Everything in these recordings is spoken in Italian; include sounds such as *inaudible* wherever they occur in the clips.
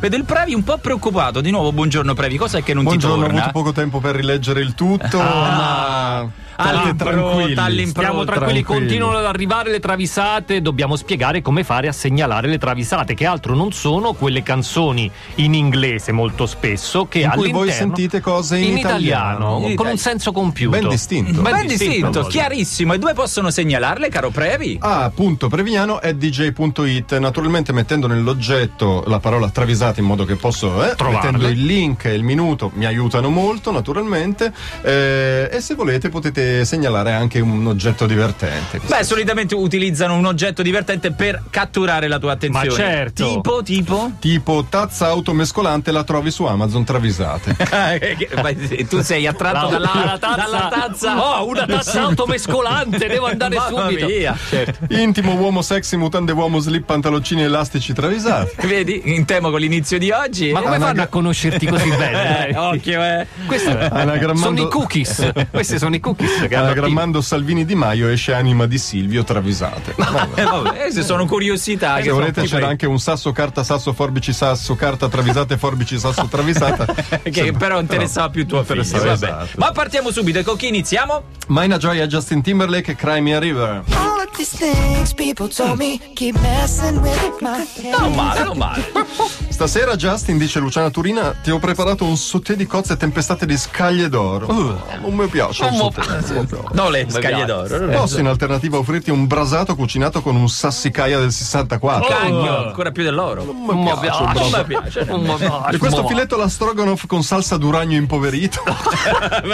Vedo il Previ un po' preoccupato. Di nuovo, buongiorno Previ, cosa è che non Buongiorno, ti ho torna? Ah. avuto poco tempo per rileggere il tutto, ma state tranquilli. Stiamo tranquilli, continuano ad arrivare le travisate. Dobbiamo spiegare come fare a segnalare le travisate, che altro non sono quelle canzoni in inglese molto spesso che In cui all'interno voi sentite cose in italiano. con In un italiano. senso compiuto. Ben distinto. Ben Ben distinto, proprio. chiarissimo. E dove possono segnalarle, caro Previ? A.prevignano Ah, è dj.it, naturalmente mettendo nell'oggetto la parola travisata in modo che posso eh, Trovarle. mettendo il link e il minuto mi aiutano molto naturalmente eh, e se volete potete segnalare anche un oggetto divertente. Beh, solitamente utilizzano un oggetto divertente per catturare la tua attenzione. Ma certo. Tipo, *laughs* tipo. Tipo tazza automescolante la trovi su Amazon travisate. Ma tu sei attratto La, dalla, la- la tazza, dalla tazza. Oh, una tazza automescolante, devo andare Mamma subito. Mia. Intimo uomo sexy mutande uomo slip pantaloncini elastici travisati. Vedi, in tema con l'inizio di oggi. Ma come Anagra- fanno a *laughs* conoscerti così bene? Eh, oh. occhio, eh. sono Anagrammando- i cookies. Questi sono i cookies che hanno attivato. Anagrammando Salvini Di Maio esce anima di Silvio travisate. Vabbè. Eh, vabbè, se sono Eh, curiosità. Se che sono volete tipo- c'era anche un sasso carta sasso forbici sasso carta travisate forbici sasso travisata. *laughs* Che però interessava più tuo figlio. Interessava, Vabbè. esatto. Ma partiamo subito. E con chi iniziamo? Mina Gioia Justin Timberlake Cry Me a River. All of these things people told me keep messing with my head. Mm. Non male, non male. Stasera Justin dice Luciana Turina ti ho preparato un sauté di cozze tempestate di scaglie d'oro. Uh. Oh, non mi piace il sauté. non mi piace. No, le scaglie d'oro. Posso in alternativa offrirti un brasato cucinato con un sassicaia del 64. Cagno, ancora più dell'oro. Ah, Non mi Ma piace il piace. Mi brasato. piace. Mm. Oh, ma dai, E questo ma- filetto alla stroganoff con salsa *laughs* d'uranio impoverito.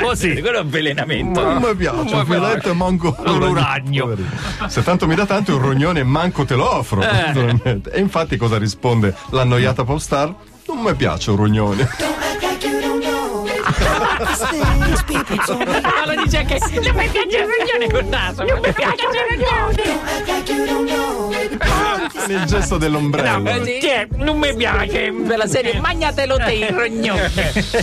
Così. Quello è avvelenamento. *laughs* Non mi piace, un filetto e manco l'uragno. Poverino. Se tanto mi dà tanto il rognone manco te lo offro. naturalmente. E infatti cosa risponde l'annoiata popstar? Non mi piace un *laughs* rognone. Don't act like you don't know. All of these things people told me. Allora dice anche non mi piace il riunione col naso non mi piace il riunione Don't act like you don't know. All of these Nel gesto dell'ombrello. Che non mi piace eh, Per la serie Magnatelo te il rognone.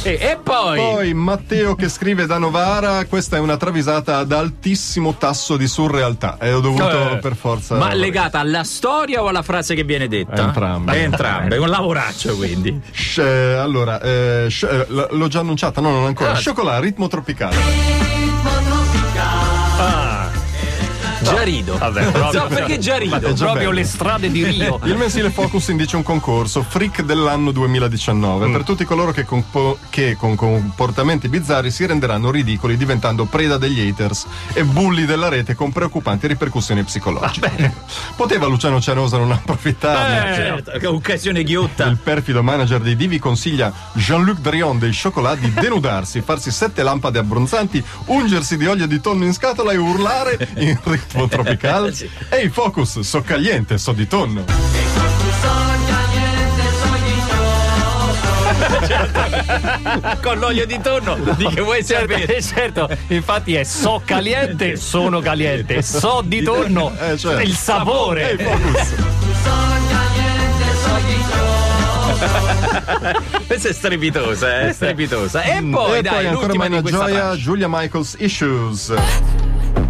e poi. Eh. Poi Matteo che scrive da Novara, questa è una travisata ad altissimo tasso di surrealtà e ho dovuto Eh. per forza... Ma legata alla storia o alla frase che viene detta? Eh, Entrambe. Entrambe, un lavoraccio quindi. Sh- eh, allora, eh, sh- eh, l- l'ho già annunciata, no, non ancora. Ah. Cioccolà, ritmo tropicale. Già rido. Vabbè, non so proprio- perché già rido. Vabbè, già Proprio bello. le strade di Rio. Il mensile Focus indice un concorso, Freak dell'anno Mm. 2019, per tutti coloro che, compo- che con comportamenti bizzarri si renderanno ridicoli diventando preda degli haters e bulli della rete con preoccupanti ripercussioni psicologiche. Poteva Luciano Cianosa non approfittarne? Ah, Eh, certo, che occasione ghiotta. Il perfido manager dei Divi consiglia Jean-Luc Drion del Chocolat di *laughs* denudarsi, farsi sette lampade abbronzanti, ungersi di olio di tonno in scatola e urlare in ritmo tropicale. *laughs* Sì. Ehi, focus, so caliente, so di tonno. Con l'olio di *laughs* tonno, di che vuoi sapere? Eh, certo, infatti è *laughs* so caliente, sono caliente, so di torno Eh, certo. il Ehi, sapore. focus. Questa è strepitosa, eh? Strepitosa. E Mm. poi, Mm. e dai, poi ancora l'ultima di Mina questa Gioia, tranche. Julia Michaels Issues.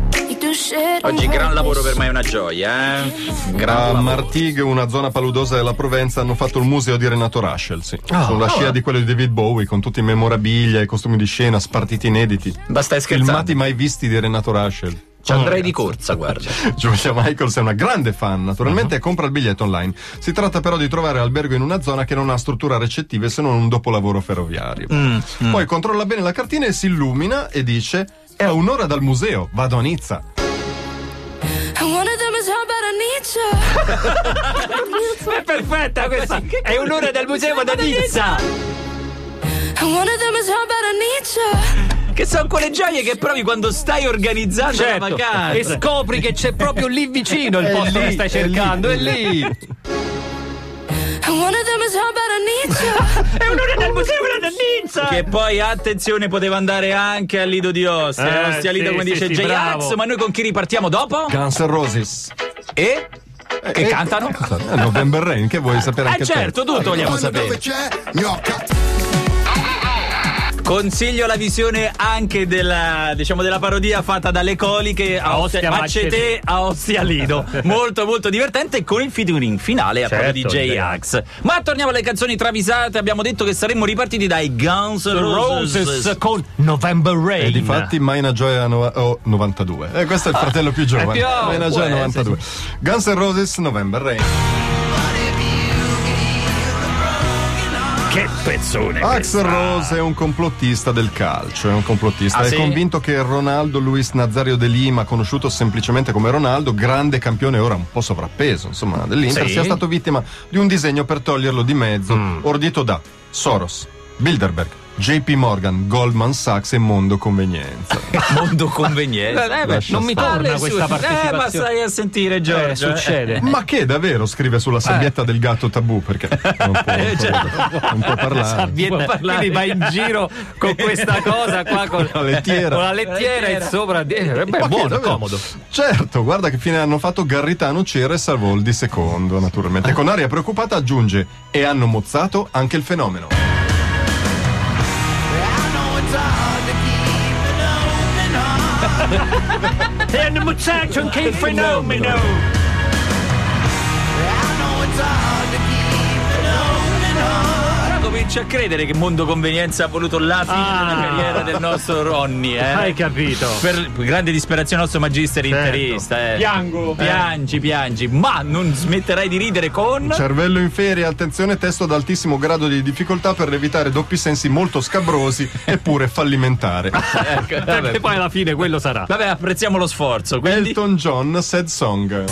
things you do shit. Oggi gran lavoro per me è una gioia, eh? Gran Ah, A lavoro. Martigue, una zona paludosa della Provenza, hanno fatto il museo di Renato Raschel, sì. Ah. Oh, Sulla eh. scia di quello di David Bowie, con tutti i memorabilia e costumi di scena, spartiti inediti. Ma stai scherzando? Filmati mai visti di Renato Raschel. Ci andrei di corsa, *laughs* guarda. *laughs* Giulia Michaels è una grande fan, Uh-huh. naturalmente, e compra il biglietto online. Si tratta però di trovare albergo in una zona che non ha struttura recettive se non un dopolavoro ferroviario. Mm, Poi controlla bene la cartina e si illumina e dice: È a un'ora dal museo, vado a Nizza. And one of them is how bad I need you. È perfetta questa, è un'ora del museo da Nizza. And one of them is how bad I need you. Che sono quelle gioie che provi quando stai organizzando la Certo, e vacanza. scopri che c'è proprio lì vicino il posto che stai cercando, è lì. *laughs* And one of them is how bad I need you. È un'ora del museo da Nizza. Che poi attenzione poteva andare anche al Lido di Ostia, Eh, Ostia Lido sì, come sì, dice sì, J. Ax, bravo. ma noi con chi ripartiamo dopo? Guns N' Roses. E? Che eh, cantano? Eh, November Rain, che vuoi sapere Eh anche te? certo, tutto vogliamo Voglio sapere. dove c'è gnocca. Consiglio la visione anche della, diciamo, della parodia fatta dalle coliche a A Ostia Ostia Macete Macete. a Ostia *laughs* Lido. molto molto divertente con il featuring finale a proprio di Certo, J-Ax. Ma torniamo alle canzoni travisate. Abbiamo detto che saremmo ripartiti dai Guns N' Roses *laughs* Eh, Roses. con November Rain. E difatti Maina Joy 92. E Eh, questo è il fratello più giovane. più- Maina può Joy essere, 92. Guns N' Roses November Rain. che Eh, pezzone. Axel Rose è un complottista del calcio, è un complottista. Ah, è sì? convinto che Ronaldo Luis Nazario de Lima, conosciuto semplicemente come Ronaldo, grande campione ora un po' sovrappeso, insomma, dell'Inter, Sì. Mm. sia stato vittima di un disegno per toglierlo di mezzo, ordito da Soros, Bilderberg, JP Morgan, Goldman Sachs e Mondo *laughs* Convenienza. Mondo conveniente. Eh, beh, non mi torna questa Eh, ma partecipazione. stai a sentire Giorgio. *laughs* Eh, succede. Ma che davvero scrive Eh. sulla sabbietta del gatto tabù? Perché non può, Cioè, non può parlare. Viene- Può parlare. quindi va in giro con questa cosa qua con La lettiera. con *laughs* la lettiera e sopra di- eh, beh, Ma che, buono davvero? comodo Certo, guarda che fine hanno fatto Garritano, Cera e Salvoldi secondo, naturalmente. Con aria preoccupata aggiunge e hanno mozzato anche il fenomeno. è un muchacho anche il fenomeno Ora comincio a credere che Mondo Convenienza ha voluto la fine Ah. della carriera del nostro Ronny. hai Eh? capito Per grande disperazione nostro magister Certo. interista. Eh. Piango. Piangi, piangi, ma non smetterai di ridere con. Certo. Cervello in ferie, attenzione, testo ad altissimo grado di difficoltà per evitare doppi sensi molto scabrosi eppure fallimentare. *laughs* Ecco, perché vabbè. poi alla fine quello sarà Vabbè, apprezziamo lo sforzo. Quindi... Elton John, Sad Song.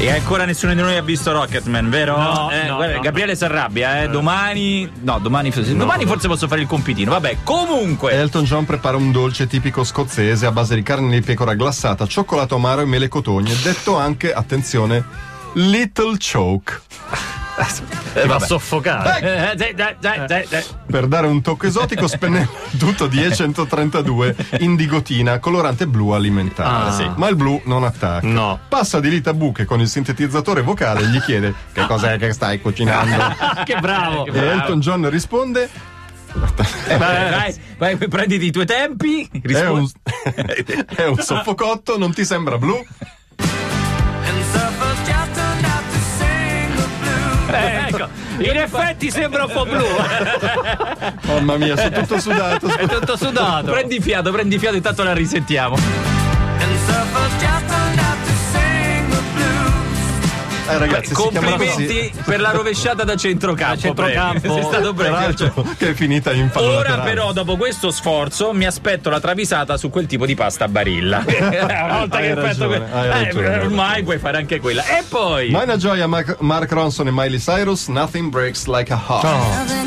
E ancora nessuno di noi ha visto Rocketman, vero? No, Eh, no, guarda, no. Gabriele si arrabbia, eh. Domani. No, domani, domani forse posso fare il compitino. Vabbè, Eh. comunque. Elton John prepara un dolce tipico scozzese a base di carne di pecora glassata, cioccolato amaro e mele cotogne, detto anche, attenzione, Little Choke. ti va a soffocare Eh, eh, eh, eh, eh, eh. Per dare un tocco esotico *laughs* spennello tutto di E132 in digotina, colorante blu alimentare. Ah, sì. Ma il blu non attacca. No. Passa di lì a buche con il sintetizzatore vocale e gli chiede che cos'è che stai *laughs* cucinando. Ah, che bravo e Elton John risponde Eh. Vai, vai, vai, prenditi i tuoi tempi. è un, rispondi. *laughs* è un soffocotto, non ti sembra blu? Eh, ecco in effetti sembra un po' blu *laughs* Mamma mia, sono tutto sudato. è tutto sudato Prendi fiato, prendi fiato, intanto la risentiamo. Eh, ragazzi, si chiama così. Complimenti per la rovesciata da centrocampo. centrocampo. Prego. Sei stato bravo. Cioè, Peraltro, *laughs* che è finita in fallo Ora laterale. però, dopo questo sforzo, mi aspetto la travisata su quel tipo di pasta a barilla. Una volta *laughs* Hai che ragione, effetto que- hai eh, ragione. ormai puoi fare anche quella. E poi Mina Gioia, Mark, Mark Ronson e Miley Cyrus, Nothing Breaks Like a Heart.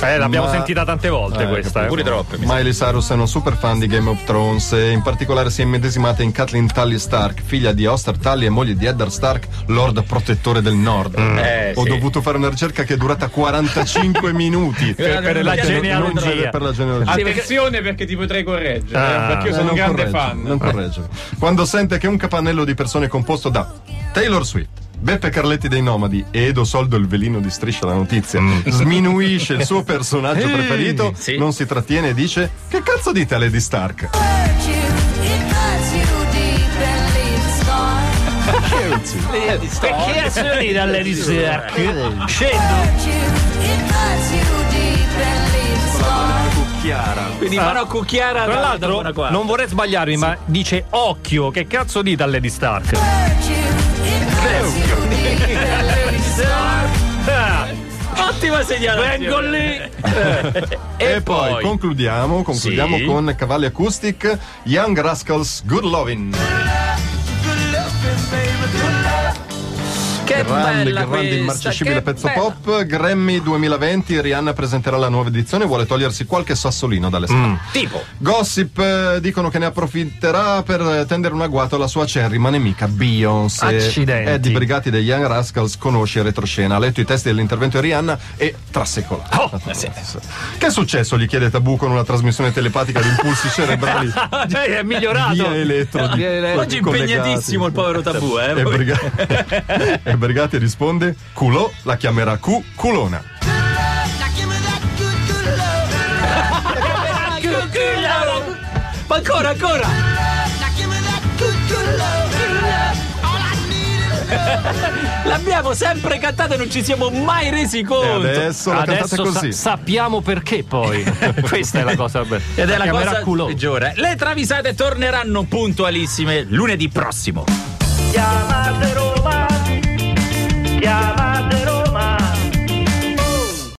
eh, l'abbiamo Ma- sentita tante volte Eh, questa eh. pure troppe. mi sa. Miley Cyrus è una super fan di Game of Thrones e in particolare si è immedesimata in Kathleen Tully Stark, figlia di Oster Tully e moglie di Eddard Stark, Lord Protettore del Nord. Eh, Ho sì. dovuto fare una ricerca che è durata 45 minuti. Per- per la Non- genealogia. non per- Per la genealogia. Attenzione perché ti potrei correggere, eh, Ah. perché io Eh, sono non un grande correggere, fan. Non correggere. Quando sente che un capannello di persone è composto da Taylor Swift, Beppe Carletti dei Nomadi e Edo Soldo il velino di Striscia la Notizia sminuisce il suo personaggio preferito, sì. non si trattiene e dice che cazzo dite a Lady Stark? perché assoli dalle ricerche scendo Quindi Marocco Chiara Tra da- l'altro, da buona non vorrei sbagliarmi, ma dice occhio, che cazzo dite a Lady Stark? *laughs* Ah, qua. Ottima segnalazione. vengo lì! *laughs* E, E poi, concludiamo, concludiamo Sì. con Cavalli Acoustic, Young Rascals, Good Lovin'. che Grande, bella grande, questa, immarcescibile che pezzo bella. pop. Grammy 2020, Rihanna presenterà la nuova edizione e vuole togliersi qualche sassolino dalle spalle. Tipo, Gossip eh, dicono che ne approfitterà per eh, tendere un agguato alla sua acerrima nemica Beyoncé. Accidenti. Eddie Brigati degli Young Rascals conosce il retroscena, ha letto i testi dell'intervento di Rihanna e trasecola. Che è successo? Gli chiede Tabù con una trasmissione telepatica di impulsi cerebrali Cioè, è migliorato! via elettro. di- oggi è collegati. impegnatissimo il povero tabù, eh. E, Briga- e Sbrigati risponde: Culò la chiamerà Q culona. Ma ancora, ancora! L'abbiamo sempre cantata e non ci siamo mai Eh, resi conto. E adesso la Adesso cantate sa- così. sappiamo perché poi. *laughs* Questa è la cosa bella. Ed è la Chiamerà cosa culo. peggiore. Le travisate torneranno puntualissime lunedì prossimo. Chiama